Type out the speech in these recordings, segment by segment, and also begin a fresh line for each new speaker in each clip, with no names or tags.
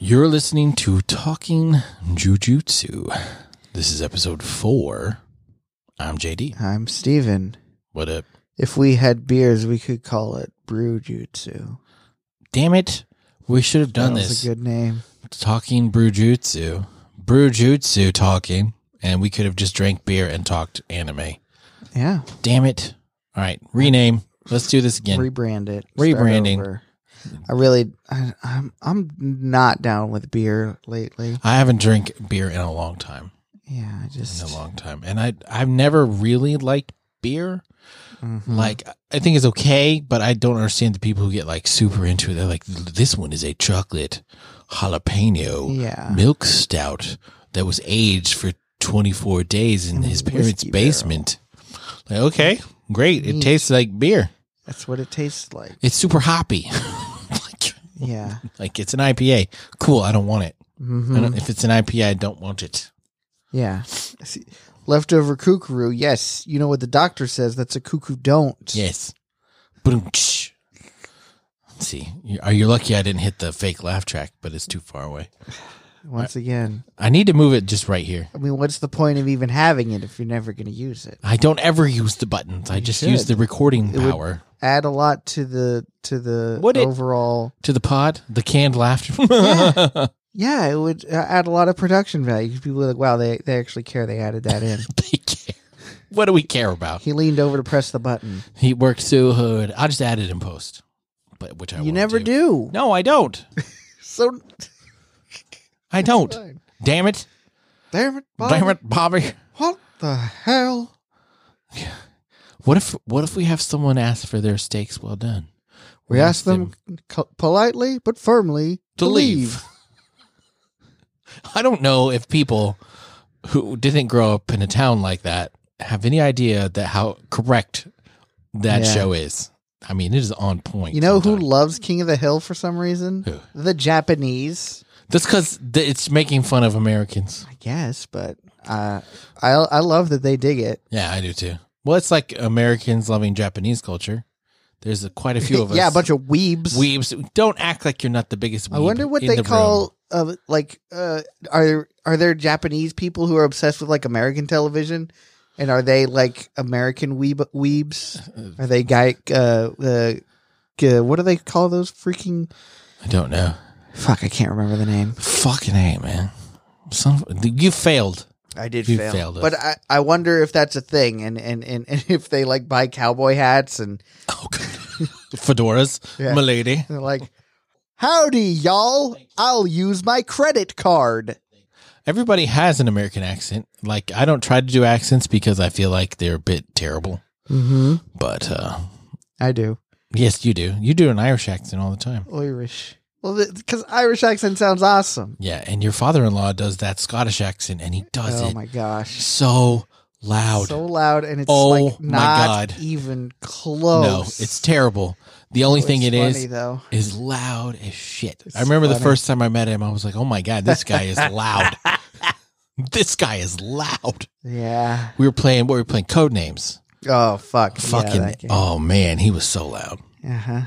You're listening to Talking Jujutsu. This is episode four. I'm JD.
I'm Steven.
What up?
If we had beers, we could call it brew jutsu.
Damn it. We should have done
that
this.
was a good name.
talking Brujutsu. Brujutsu talking. And we could have just drank beer and talked anime.
Yeah.
Damn it. All right. Rename. Let's do this again.
Rebrand it. Start
Rebranding.
over. I really, I, I'm, I'm not down with beer lately.
I haven't drank beer in a long time.
Yeah, I
In a
just
long time. And I I've never really liked beer.
Mm-hmm.
Like I think it's okay, but I don't understand the people who get like super into it. They're like, this one is a chocolate jalapeno
yeah.
milk stout that was aged for 24 days in
In a
his parents'
whiskey barrel.
basement. Like, okay, great. It
Neat.
tastes like beer.
That's what it tastes like.
It's super hoppy. like,
Yeah.
like it's an IPA. Cool. I don't want it. I
hmm
don't, if it's an IPA, I don't want it.
Yeah. See, leftover kookaroo. Yes, you know what the doctor says. That's a cuckoo. Don't.
Yes. Boom. tsh. Let's See, You- are you lucky I didn't hit the fake laugh track, but it's too far away.
Once again,
I need to move it just right here.
I mean, what's the point of even having it if you're never going to use it?
I don't ever use the buttons. I just use
should.
the recording
It would-
power
Add a lot to the to the
Would it-
overall.
to the pod, the canned laughter.
Yeah, it would uh, add a lot of production value. 'Cause People are like, wow, they, they actually care. They added that in.
They care. What do we care about?
he leaned over to press the button.
He worked so hard. I just add it in post, but which I
you
won't
never
do.
do.
No, I don't.
So
I don't. Damn it!
damn it, Bob.
Damn it, Bobby.
What the hell?
What if what if we have someone ask for their steaks well done?
We asked them co- politely but firmly
to leave. I don't know if people who didn't grow up in a town like that have any idea that how correct that
Yeah.
show is. I mean, it is on point.
You know who
sometimes.
loves King of the Hill for some reason?
Who?
The Japanese,
That's because th- it's making fun of Americans.
I guess. But uh, I I love that they dig it.
Yeah, I do too. Well, it's like Americans loving Japanese culture. There's a, quite a few of us.
yeah, a bunch of weebs.
weebs. Don't act like you're not the biggest. Weeb
I wonder what
in
they
the room.
call uh, like uh, are are there Japanese people who are obsessed with like American television, and are they like American weeb weebs? Are they guy uh, uh, uh, what do they call those freaking?
I don't know.
Fuck, I can't remember the name.
Fucking a man. Some you failed.
I did
You
fail,
failed us.
but I, I wonder if that's a thing, and, and, and, and if they like buy cowboy hats and
Oh god. Fedoras,
Yeah.
milady.
they're like, "Howdy, y'all! I'll use my credit card."
Everybody has an American accent. Like I don't try to do accents because I feel like they're a bit terrible.
Mm-hmm.
But uh
I do.
yes, you do. You do an Irish accent all the time.
Irish. Well, because Irish accent sounds awesome.
Yeah, and your father-in-law does that Scottish accent and he does
oh
it
my gosh,
so loud.
so loud, and it's
Oh
like
my
not
God.
even
no,
close. Oh,
it's terrible. The only thing it
it's
is
funny, though.
is loud as shit.
It's
I remember the
funny.
first time I met him, I was like, "Oh my god, this guy is loud. this guy is loud."
Yeah.
We were playing. What we were playing? Code names.
Oh fuck.
Fucking. oh man, he was so loud.
Uh huh.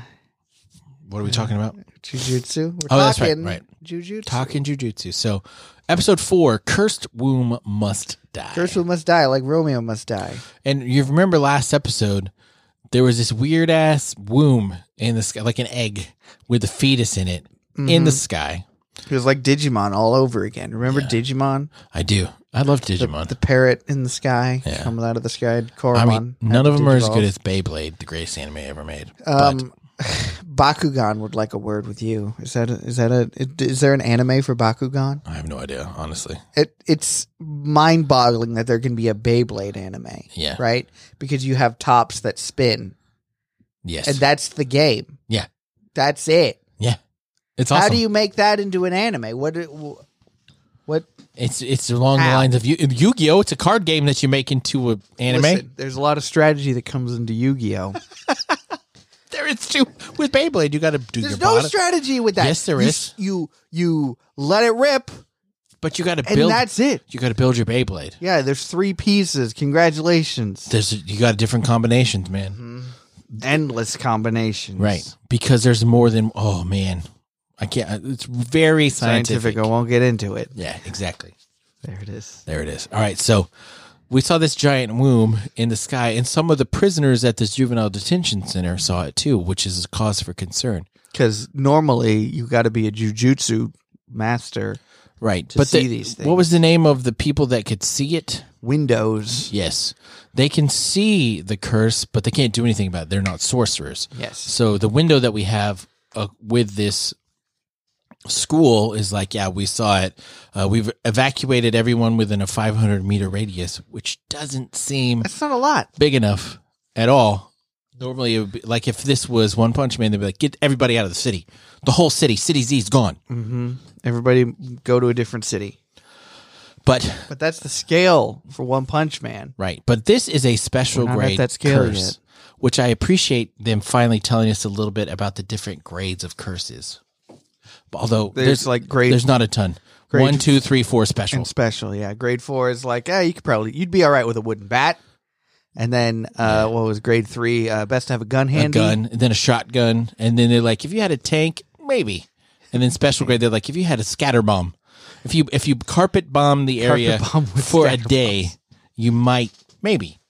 What are we talking about?
Jujutsu. We're
Oh,
talking
that's right, right.
Jujutsu.
Talking jujutsu. So, episode four: Cursed womb must die.
First one must die, like Romeo must die.
And you remember last episode, there was this weird ass womb in the sky, like an egg with a fetus in it,
Mm-hmm.
in the sky.
It was like Digimon all over again. Remember Digimon?
I do. I love Digimon.
The parrot in the sky
Yeah.
comes out of the sky. Koromon.
I mean,
had
none
to
of them are as good
digivolve.
as Beyblade, the greatest anime ever made. but
Um, Bakugan would like a word with you. Is that a, is that a is there an anime for Bakugan?
I have no idea, honestly.
It it's mind boggling that there can be a Beyblade anime,
Yeah.
right? Because you have tops that spin,
Yes.
and that's the game.
Yeah.
that's it.
it's awesome.
How do you make that into an anime? What do- what
it's it's along the
How?
lines of Yu- Yu-Gi-Oh. It's a card game that you make into an anime.
Listen, there's a lot of strategy that comes into Yu-Gi-Oh.
There it's two with Beyblade. You got to do your
There's
bottom,
no strategy with that.
Yes, there
there is. you,
is.
You you let it rip,
but you got to
and
build.
that's it.
You got to build your Beyblade.
Yeah, there's three pieces. Congratulations.
There's you got different combinations, man.
Mhm. endless combinations.
Right, because there's more than. Oh man, I can't. It's very scientific.
Scientific. I won't get into it.
Yeah, exactly.
There it is.
There it is. All right. So we saw this giant womb in the sky, and some of the prisoners at this juvenile detention center saw it too, which is a cause for concern.
Because normally you got to be a jujutsu master.
Right.
To see
the-
these
what was the name of the people that could see it?
Windows.
Yes. They can see the curse, but they can't do anything about it. They're not sorcerers.
Yes.
So the window that we have uh, with this school is like, yeah, we saw it. Uh, we've evacuated everyone within a 500 meter radius, which doesn't seem
That's not a lot.
big enough at all. Normally, it would be like if this was One Punch Man, they'd be like, get everybody out of the city. The whole city, City Z's gone.
hmm Everybody go to a different city.
But
But that's the scale for One Punch Man.
Right. But this is a special
We're not at
grade
that scale
curse,
yet.
which I appreciate them finally telling us a little bit about the different grades of curses. Although
There's,
there's,
like grade
there's not a ton.
grade-
One, two, three, four
and
special.
special. Yeah, grade four is like, yeah, you could probably you'd be all right with a wooden bat. And then uh, what was grade three? Uh, best to have a gun
A
handy.
gun, and then a shotgun, and then they're like, if you had a tank, maybe. And then special grade, they're like, if you had a scatter bomb, if you if you carpet bomb the area
bomb with
for a
scatter
day, you might maybe.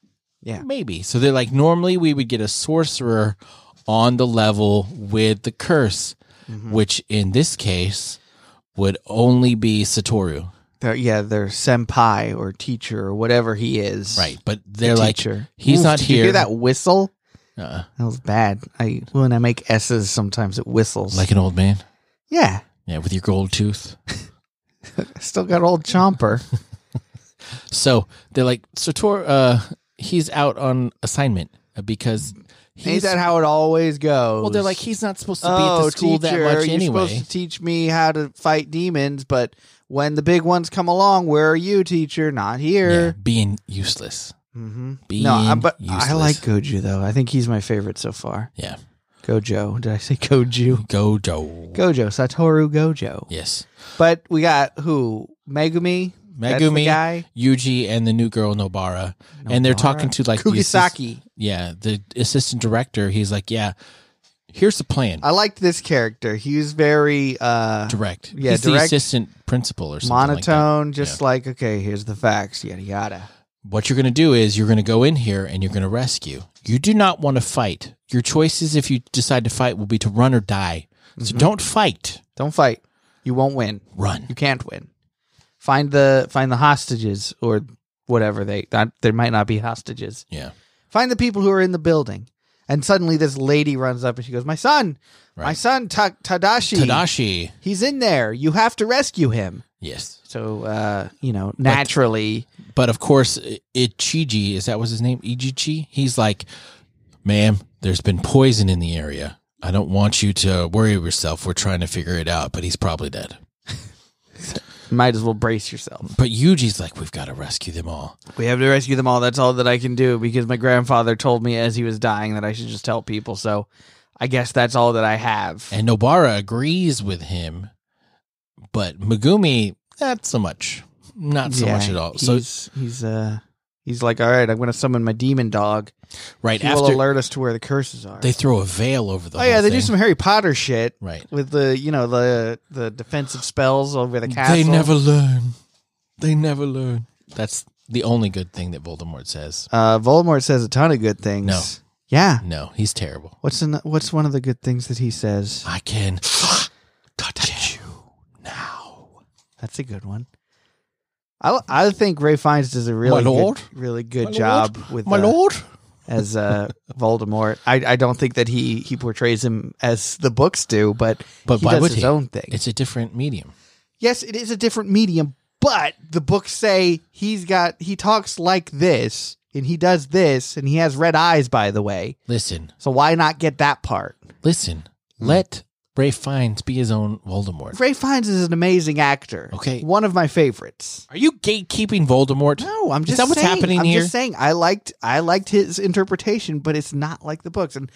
Yeah,
Maybe. So they're like, normally we would get a sorcerer on the level with the curse,
Mm-hmm.
which in this case would only be Satoru.
They're- yeah, their senpai or teacher or whatever he is.
Right. But
The
they're like,
teacher.
he's
Oof,
not
did You
here.
hear that whistle?
uh,
That was bad. I when I make s's sometimes it whistles.
like an old man.
yeah,
Yeah, with your gold tooth.
I still got old Chomper.
So they're like, Satoru, uh, he's out on assignment because
Ain't
he's.
that how it always goes? Oh,
well, they're like, he's not supposed to be at the school
teacher,
that much
you're
anyway.
supposed to teach me how to fight demons, but when the big ones come along, where are you, teacher? Not
Yeah,
here.
being useless.
Mm-hmm.
Being
No, I, but I
useless.
like Goju though. I think he's my favorite so far.
Yeah.
Gojo. Did I say Goju?
Go, Joe.
Gojo. Satoru Gojo.
Yes.
But we got who? Megumi. That's the
Megumi,
guy.
Yuji, and the new girl Nobara, and they're
Nobara?
talking to like the assist-
Kugisaki.
yeah, the assistant director. He's like, yeah, here's the plan.
I liked this character. He was very uh,
direct.
yeah,
he's the
direct.
assistant principal or something. like that.
monotone. just like okay, here's the facts. Yada yada.
what you're going to do is you're going to go in here and you're going to rescue. You do not want to fight. Your choices, if you decide to fight, will be to run or die. So don't fight.
Don't fight. You won't win.
Run.
you can't win. Find the find the hostages or whatever they that, there might not be hostages.
Yeah.
Find the people who are in the building. And suddenly this lady runs up and she goes, "My son, my
Right.
son Ta- Tadashi,
Tadashi.
he's in there. You have to rescue him."
Yes.
So uh, you know, naturally,
But of course, I- Ichiji, is that was his name? Ichichi? He's like, ma'am, there's been poison in the area. I don't want you to worry yourself. We're trying to figure it out, but he's probably dead.
might as well brace yourself.
But Yuji's like, we've got to rescue them all.
We have to rescue them all. That's all that I can do because my grandfather told me as he was dying that I should just help people. So I guess that's all that I have.
And Nobara agrees with him, but Megumi, not so much. Not so much at all. So,
He's, he's uh he's like, all right, I'm gonna summon my demon dog.
right
He will
after
alert us to where the curses are.
they throw a veil over the
oh
whole
yeah, they do
thing.
some Harry Potter shit
Right.
with the you know the the defensive spells over the castle.
They never learn. They never learn. That's the only good thing that Voldemort says.
Uh, Voldemort says a ton of good things.
No.
Yeah.
No, he's terrible.
What's an, what's one of the good things that he says?
I can touch you now.
That's a good one. I, I think Ray Fiennes does a really
My lord?
good, really good
My lord?
job with
My
uh,
lord?
as uh, Voldemort. I, I don't think that he, he portrays him as the books do, but,
But
he
why
does
would
his
he?
own thing.
It's a different medium.
yes, it is a different medium, but the books say he's got he talks like this and he does this and he has red eyes by the way.
Listen,
So why not get that part?
listen.
Hmm.
Let Ray Fiennes be his own Voldemort.
Ray Fiennes is an amazing actor.
Okay.
One of my favorites.
Are you gatekeeping Voldemort?
No, I'm
Is
just
that what's
saying-
happening
I'm
here?
just saying I liked I liked his interpretation, but it's not like the books. And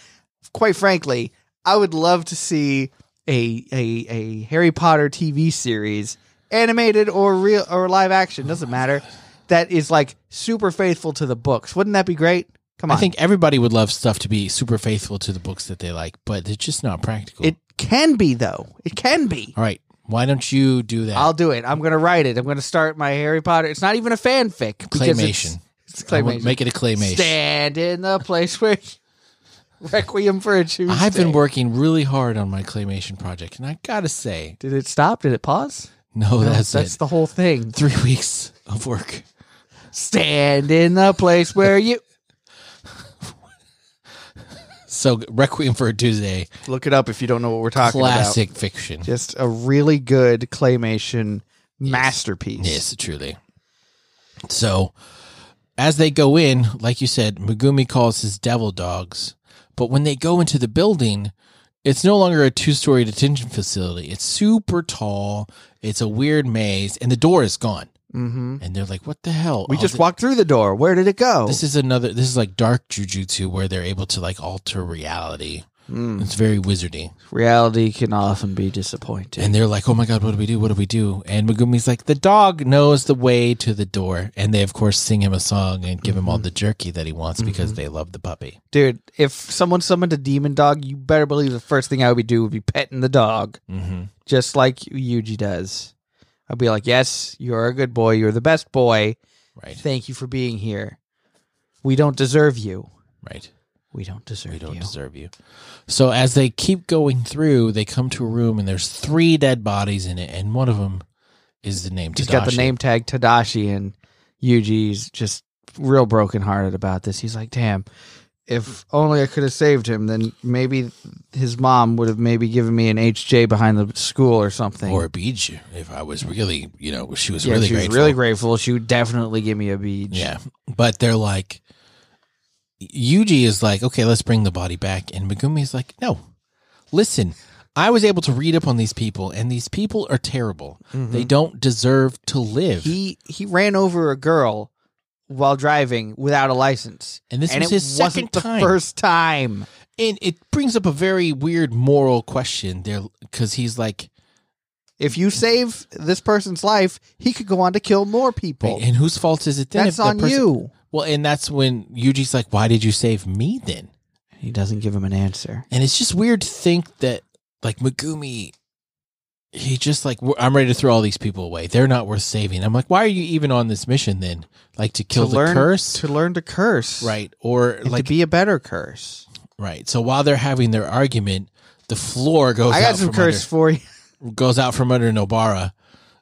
quite frankly, I would love to see a a, a Harry Potter TV series, animated or real or live action, doesn't matter, that is like super faithful to the books. Wouldn't that be great? Come
I
on.
think everybody would love stuff to be super faithful to the books that they like, but it's just not practical.
it Can be though. It can be.
All right. Why don't you do that?
I'll do it. I'm gonna write it. I'm gonna start my Harry Potter. It's not even a fanfic. because
Claymation.
It's, it's
I want-
claymation.
Make it a claymation.
Stand in the place where Requiem for a Tuesday.
I've been working really hard on my claymation project, and I gotta say,
Did it stop? Did it pause?
no,
No,
that's,
that's
it.
the whole thing.
Three weeks of work.
Stand in the place where you
So Requiem for a Tuesday,
look it up if you don't know what we're talking
classic fiction.
about. Just a really good claymation masterpiece.
Yes, truly. So, as they go in, like you said, Megumi calls his devil dogs. But when they go into the building, it's no longer a two story detention facility. It's super tall. It's a weird maze, and the door is gone.
hmm
And they're like, what the hell?
We
All
just
the-
walked through the door. Where did it go?
This is another, this is like dark jujutsu where they're able to like alter reality.
Mm.
It's very wizardy.
Reality can often be disappointing.
And they're like, oh my God, what do we do? What do we do? And Megumi's like, the dog knows the way to the door. And they, of course, sing him a song and give
Mm-hmm.
him all the jerky that he wants because they love the puppy.
Dude, if someone summoned a demon dog, you better believe the first thing I would do would be petting the dog,
Mm-hmm.
just like Yuji does. I'd be like, "Yes, you're a good boy. You're the best boy.
Right.
Thank you for being here. We don't deserve you.
Right.
We don't deserve
We don't
you."
deserve you. So as they keep going through, they come to a room and there's three dead bodies in it. And one of them is the name
He's got the
Tadashi.
name tag Tadashi, and Yuji's just real brokenhearted about this. He's like, "Damn, if only I could have saved him, then maybe his mom would have maybe given me an HJ behind the school or something."
Or a beach, if I was really, you know, she was
Yeah,
really
she was
grateful.
really grateful. She would definitely give me a beach.
Yeah. But they're like, Yuji is like, okay, let's bring the body back. And Megumi is like, no, listen, I was able to read up on these people, and these people are terrible. They don't deserve to live.
Mm-hmm. He he ran over a girl while driving without a license.
and this
and
was
it
his second
wasn't the
time.
first time.
and it brings up a very weird moral question there because he's like,
If you save this person's life, he could go on to kill more people.
and whose fault is it then?
That's
if the
on
person-
you.
Well, and that's when Yuji's like, why did you save me then?
He doesn't give him an answer.
And it's just weird to think that like Megumi, he just like "We're- I'm ready to throw all these people away. They're not worth saving. I'm like, why are you even on this mission then? Like to kill
to
the
learn
curse,
to learn to curse,
right? Or
And
like
to be a better curse.
right. So while they're having their argument, the floor goes.
I got
out
some
from
curse for you.
Under, goes out from under Nobara,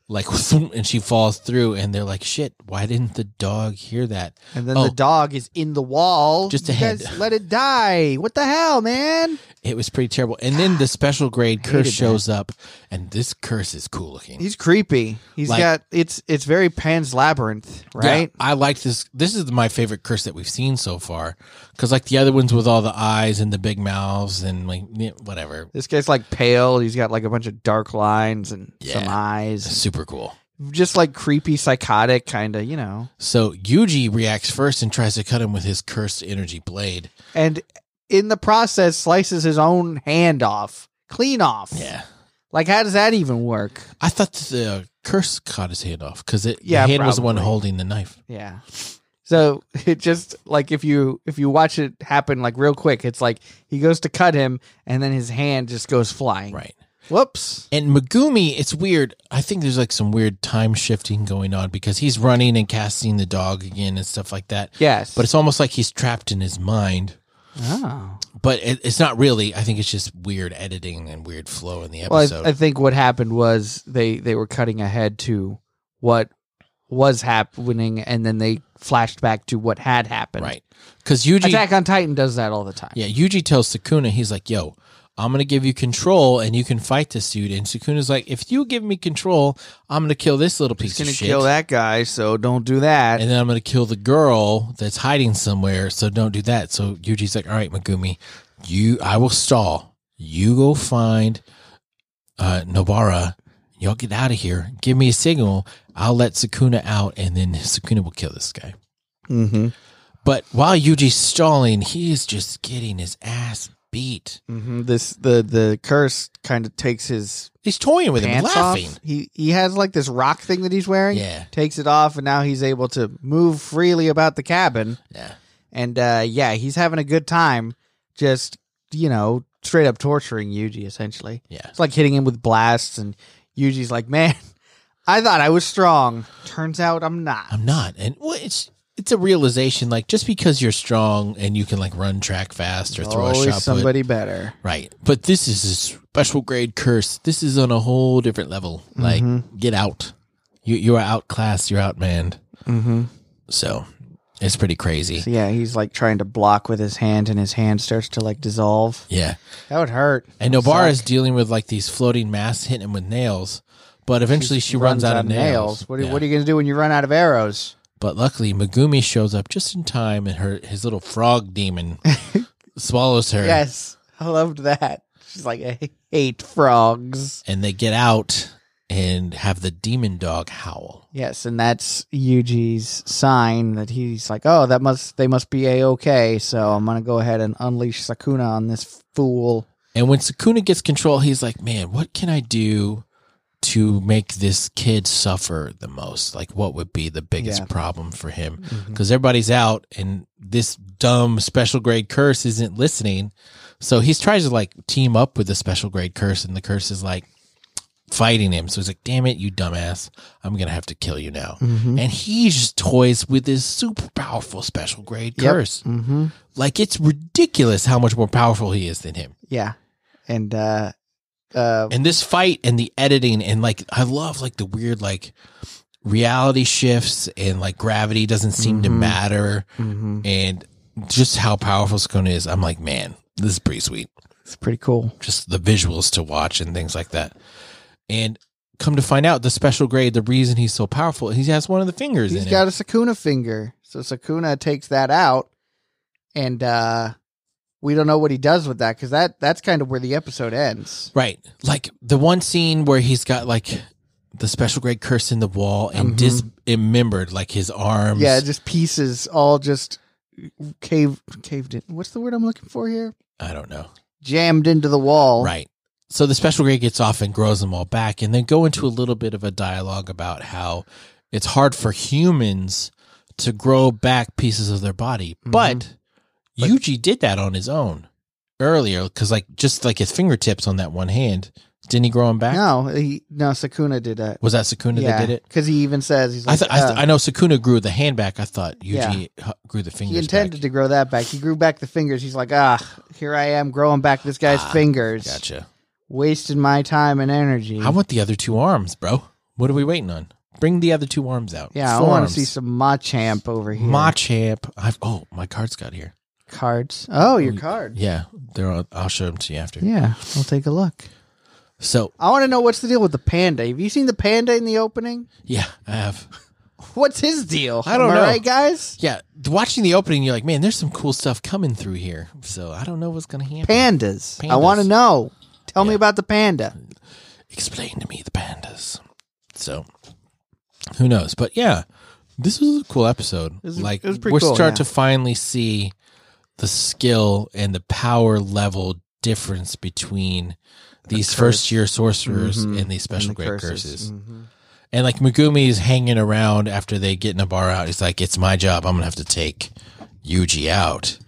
like and she falls through. And they're like, shit. Why didn't the dog hear that?
And then
Oh.
the dog is in the wall.
Just a
you
head.
Guys, let it die. What the hell, man?
It was pretty terrible. And then the special grade curse
that.
shows up, and this curse is cool looking.
He's creepy. He's
Like-
got it's it's very Pan's Labyrinth, right?
Yeah, I like this. This is my favorite curse that we've seen so far. Because like the other ones with all the eyes and the big mouths and like yeah, whatever,
This guy's like pale. He's got like a bunch of dark lines and some
Yeah.
eyes.
super cool.
Just like creepy, psychotic kind of, you know.
So Yuji reacts first and tries to cut him with his cursed energy blade.
And in the process, slices his own hand off, clean off. Like, how does that even work?
I thought the curse cut his hand off because it
Yeah,
the hand was the one
probably.
holding the knife.
Yeah. So it just like if you if you watch it happen like real quick, it's like he goes to cut him, and then his hand just goes flying.
Right.
Whoops.
And Megumi, it's weird. I think there's like some weird time shifting going on because he's running and casting the dog again and stuff like that.
Yes.
But it's almost like he's trapped in his mind.
oh.
but it, it's not really. I think it's just weird editing and weird flow in the
Well,
episode.
I, I think what happened was they they were cutting ahead to what was happening, and then they flashed back to what had happened.
right? Because Yuji,
Attack on Titan does that all the time.
yeah, Yuji tells Sukuna, he's like, "Yo, I'm gonna give you control, and you can fight this dude." And Sukuna's like, "If you give me control, I'm gonna kill this little piece
He's gonna
of shit,
kill that guy, so don't do that.
and then I'm gonna kill the girl that's hiding somewhere. So don't do that." So Yuji's like, "All right, Megumi, you, I will stall. You go find uh, Nobara." Y'all get out of here. Give me a signal. I'll let Sukuna out, and then Sukuna will kill this guy.
mm-hmm.
But while Yuji's stalling, he is just getting his ass beat.
Mm-hmm. This the the curse kind of takes his
He's toying with him,
pants
laughing.
off. He he has like this rock thing that he's wearing.
Yeah.
Takes it off, and now he's able to move freely about the cabin.
Yeah.
And uh, yeah, he's having a good time. Just you know, straight up torturing Yuji essentially.
Yeah.
It's like hitting him with blasts, and Yuji's like, "Man, I thought I was strong. Turns out I'm not."
I'm not. And well, it's it's a realization like just because you're strong and you can like run track fast or throw a
Always
shot put,
somebody better.
Right. But this is a special grade curse. This is on a whole different level. Like, get out. You you are outclassed. You're outmanned.
Mm-hmm.
So it's pretty crazy.
So yeah, he's like trying to block with his hand, and his hand starts to like dissolve.
Yeah.
That would hurt.
And Nobara is dealing with like these floating masks hitting him with nails, but eventually she, runs, out, of nails.
What are,
Yeah.
what are you gonna do when you run out of arrows?
But luckily, Megumi shows up just in time, and her his little frog demon swallows her.
Yes, I loved that. She's like, I hate frogs.
And they get out and have the demon dog howl.
Yes, and that's Yuji's sign that he's like, oh, that must they must be a okay. So I'm gonna go ahead and unleash Sakuna on this fool.
And when Sakuna gets control, he's like, "Man, what can I do to make this kid suffer the most? Like, what would be the biggest
Yeah. Mm-hmm.
problem for him? Because everybody's out, and this dumb special grade curse isn't listening. So he's trying to like team up with the special grade curse, and the curse is like fighting him. So he's like, "Damn it, you dumbass! I'm gonna have to kill you now."
Mm-hmm.
And he just toys with this super powerful special grade
Yep.
curse.
Mm-hmm.
Like, it's ridiculous how much more powerful he is than him
Yeah, and uh, uh,
and this fight and the editing and like I love like the weird like reality shifts and like gravity doesn't seem to
Mhm.
matter
mhm.
and just how powerful Skona is. I'm like, man, this is pretty sweet.
it's pretty cool.
Just the visuals to watch and things like that. And come to find out, the special grade, the reason he's so powerful, he has one of the fingers
He's
in
got
him.
a Sakuna finger, so Sakuna takes that out, and uh, we don't know what he does with that because that that's kind of where the episode ends.
Right. Like the one scene where he's got like the special grade curse in the wall and dismembered like his arms.
Mm-hmm. Yeah, just pieces all just cave caved in. What's the word I'm looking for here?
I don't know.
Jammed into the wall.
Right. So the special grade gets off and grows them all back, and then go into a little bit of a dialogue about how it's hard for humans to grow back pieces of their body, but
Mm-hmm. But-
Yuji did that on his own earlier because, like, just like his fingertips on that one hand, didn't he grow them back?
No, he, no, Sakuna did that.
Was that Sakuna that did it?
because he even says he's
I,
like,
th- I, th-
uh,
I know Sakuna grew the hand back. I thought Yuji h grew the fingers.
he intended
back.
to grow that back. He grew back the fingers. He's like, ah, here I am growing back this guy's
Ah,
fingers,
Gotcha.
wasting my time and energy.
I want the other two arms, bro. What are we waiting on? Bring the other two arms out.
yeah,
Four
I want
arms.
to see some Machamp over here.
Machamp. I've oh my cards got here.
cards. Oh, your
Mm,
card.
Yeah, they're. On, I'll show them to you after.
Yeah, I'll take a look.
So
I want to know what's the deal with the panda. Have you seen the panda in the opening?
yeah, I have.
What's his deal?
I don't
Am
know.
right, guys?
Yeah, watching the opening, you're like, man, there's some cool stuff coming through here. So I don't know what's gonna happen.
Pandas. I
Pandas.
want to know. Tell me
Yeah.
about the panda.
Explain to me the pandas. So who knows? But yeah, this was a cool episode.
was-
like
it was pretty
we're
cool,
start
yeah.
to finally see the skill and the power level difference between these
curse.
first year sorcerers
Mhm.
and these special
And the
grade curses.
Mhm.
And like Megumi is hanging around after they get Nabara out. He's like, it's my job. I'm going to have to take Yuji out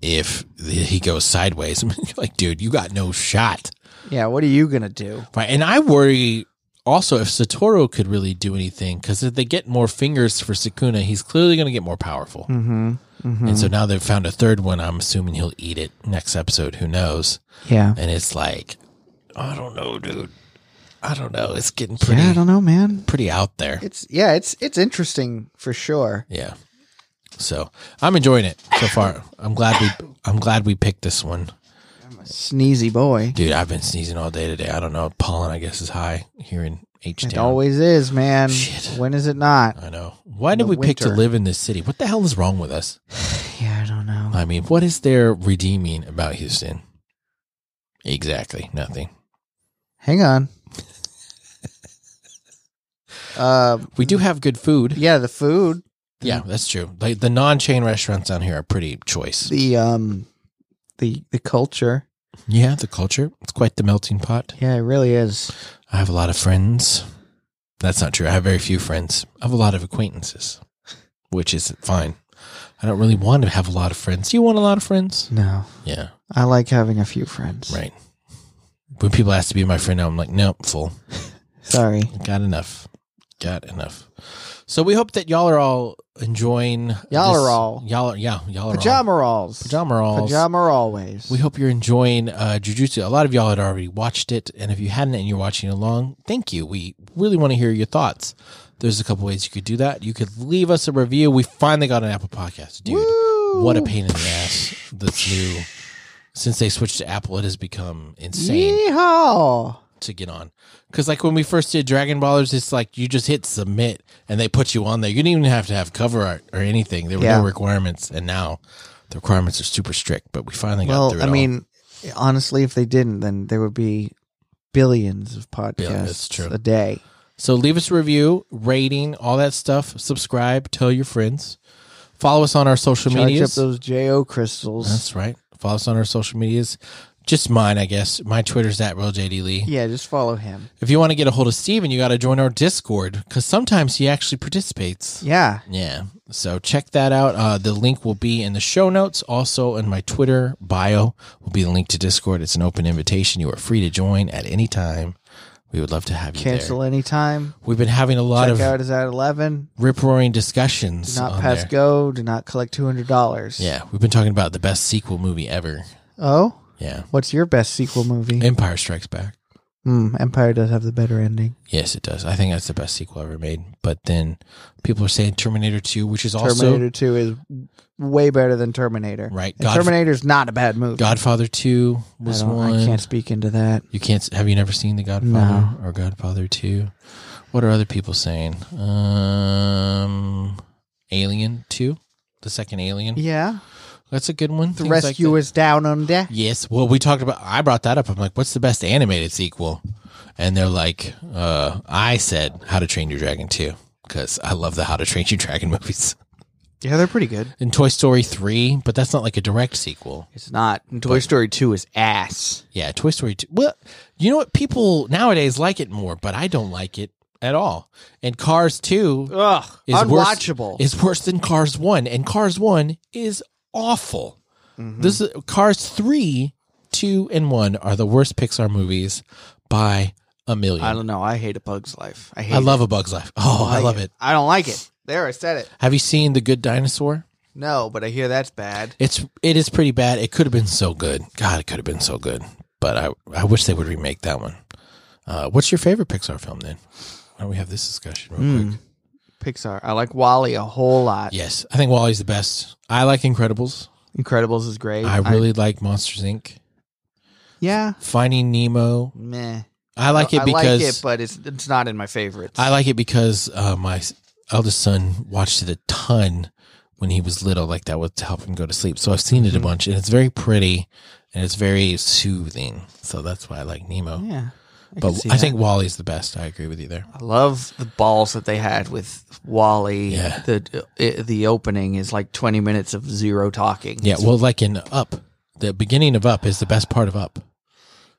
if the- he goes sideways. I'm like, dude, you got no shot.
Yeah, what are you gonna do?
Right. And I worry also if Satoru could really do anything because if they get more fingers for Sukuna, he's clearly going to get more powerful.
Mm-hmm. mm-hmm.
And so now they've found a third one. I'm assuming he'll eat it next episode. Who knows?
Yeah.
And it's like, I don't know, dude. I don't know. It's getting pretty,
Yeah, I don't know, man.
pretty out there.
It's yeah, it's it's interesting for sure.
Yeah. So I'm enjoying it so far. I'm glad we I'm glad we picked this one.
Sneezy boy.
Dude, I've been sneezing all day today. I don't know. Pollen I guess is high here in H
It
Town.
always is, man.
Shit.
When is it not?
I know. Why
in
did
the
we pick to
winter.
live in this city? What the hell is wrong with us?
Yeah, I don't know.
I mean, what is there redeeming about Houston? Exactly. Nothing.
Hang on. Um
We do have good food.
yeah, the food,
Yeah, that's true. Like the non chain restaurants down here are pretty choice.
the um the the culture.
Yeah, the culture. It's quite the melting pot.
Yeah, it really is.
I have a lot of friends. That's not true. I have very few friends. I have a lot of acquaintances, which is fine. I don't really want to have a lot of friends. Do you want a lot of friends?
No.
Yeah.
I like having a few friends.
Right. When people ask to be my friend now, I'm like, nope, full.
Sorry.
Got enough. Got enough. So we hope that y'all are all enjoying.
Y'all
this-
are all.
Y'all are, yeah, y'all are
Pajama rolls.
all. Pajama rolls.
Pajama always.
We hope you're enjoying uh, Jujutsu. A lot of y'all had already watched it, and if you hadn't and you're watching along, thank you. We really want to hear your thoughts. There's a couple ways you could do that. You could leave us a review. We finally got an Apple Podcast, dude.
Woo!
What a pain in the ass! This new, since they switched to Apple, it has become insane
Yeehaw!
to get on. Because like when we first did Dragon Ballers, it's like you just hit submit and they put you on there. You didn't even have to have cover art or anything. There were
Yeah.
no requirements, and now the requirements are super strict. But we finally got through
Well,
it.
I
all.
mean, honestly, if they didn't, then there would be billions of podcasts
Yeah, that's true.
a day.
So leave us a review, rating, all that stuff. Subscribe, tell your friends. Follow us on our social
Charge up
medias.
those JO crystals.
That's right. Follow us on our social medias. Just mine, I guess. My Twitter's at RealJD Lee.
yeah, just follow him.
If you want to get a hold of Steven, you got to join our Discord because sometimes he actually participates.
Yeah.
Yeah. So check that out. Uh, the link will be in the show notes. Also, in my Twitter bio will be the link to Discord. It's an open invitation. You are free to join at any time. We would love to have you
Cancel anytime.
there. We've been having a lot of
Checkout is at 11.
rip roaring discussions.
Do not
on
pass
there.
go. Do not collect $200.
Yeah, we've been talking about the best sequel movie ever.
Oh?
Yeah,
What's your best sequel movie?
Empire Strikes Back.
Hmm, Empire does have the better ending.
Yes, it does. I think that's the best sequel ever made. But then people are saying Terminator Two, which is also
Terminator 2 is way better than Terminator.
Right,
And
Godf-
Terminator's not a bad movie.
Godfather Two
I,
was
don't-
one.
I can't speak into that.
You can't. s- Have you never seen The Godfather or Godfather Two? What are other people saying? Um, Alien Two, the second Alien.
Yeah.
That's a good one.
The
Things like
Rescue
that.
is down on deck.
Yes. Well, we talked about. I brought that up. I'm like, what's the best animated sequel? And they're like, uh, I said How to Train Your Dragon 2 because I love the How to Train Your Dragon movies.
Yeah, they're pretty good.
And Toy Story 3, but that's not like a direct sequel.
It's not. And Toy Story 2 is ass.
Yeah, Toy Story 2. Well, you know what? People nowadays like it more, but I don't like it at all. And Cars 2
Ugh.
is
unwatchable.
Worse, is worse than Cars 1, and Cars 1 is awful.
Mm-hmm.
This is, Cars 3, 2 and 1 are the worst Pixar movies by a million.
I
I,
don't know. I hate A Bug's Life. I hate
love A Bug's Life. Oh, I,
like
love it.
I don't like it. There, I said it.
Have you seen The Good Dinosaur?
No, but I hear that's bad.
It's it is pretty bad. It could have been so good. God, it could have been so good. But I I wish they would remake that one. Uh, what's your favorite Pixar film then? Why don't we have this discussion real quick?
Mm. Pixar. I like Wally a whole lot.
Yes, I think Wally's the best. I like Incredibles.
Incredibles is great.
I really like Monsters Inc.
yeah.
Finding Nemo.
Meh.
I like it
I
because
like it, but it's it's not in my favorites.
I like it because uh, my s- eldest son watched it a ton when he was little, like that would help him go to sleep. So I've seen it a bunch, and it's very pretty and it's very soothing. So that's why I like Nemo.
yeah. I can
but
see
I
that.
think Wally's the best. I agree with you there.
I love the balls that they had with Wally.
Yeah.
The it, the opening is like 20 minutes of zero talking.
Yeah, well, like in Up, the beginning of Up is the best part of Up.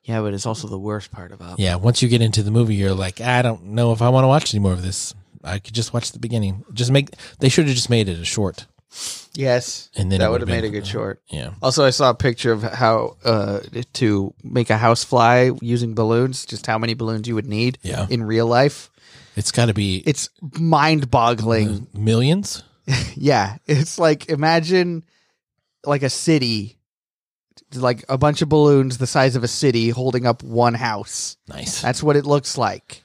Yeah, but it's also the worst part about
Yeah, once you get into the movie, you're like, I don't know if I want to watch any more of this. I could just watch the beginning. Just make. They should have just made it a short.
Yes.
And then it
that would
would've
have made a
been- uh,
good short.
Yeah.
Also, I saw a picture of how uh, to make a house fly using balloons, just how many balloons you would need
Yeah.
in real life.
It's got to be
It's mind boggling.
millions.
Yeah. It's like imagine like a city, like a bunch of balloons the size of a city holding up one house.
Nice.
That's what it looks like.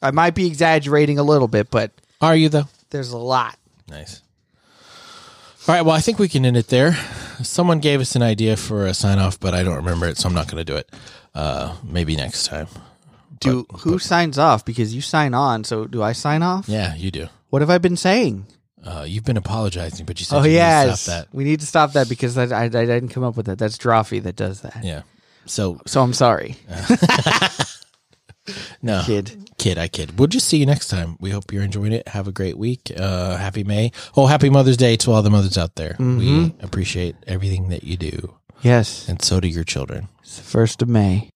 I might be exaggerating a little bit, but
Are you though?
there's a lot.
Nice. All right. Well, I think we can end it there. Someone gave us an idea for a sign off, but I don't remember it, so I'm not going to do it. Uh, maybe next time.
Do who signs off? Because you sign on, so do I sign off?
Yeah, you do.
What have I been saying?
Uh, you've been apologizing, but you said
Oh
you
yeah,
need to stop that.
we need to stop that because that, I, I didn't come up with that. That's Drawfee that does that.
Yeah. So
So I'm sorry,
no, kid.
kid.
I kid. We'll just see you next time. We hope you're enjoying it. Have a great week. Uh, happy May. Oh, happy Mother's Day to all the mothers out there.
Mm-hmm.
We appreciate everything that you do,
Yes,
and so do your children.
it's the first of May.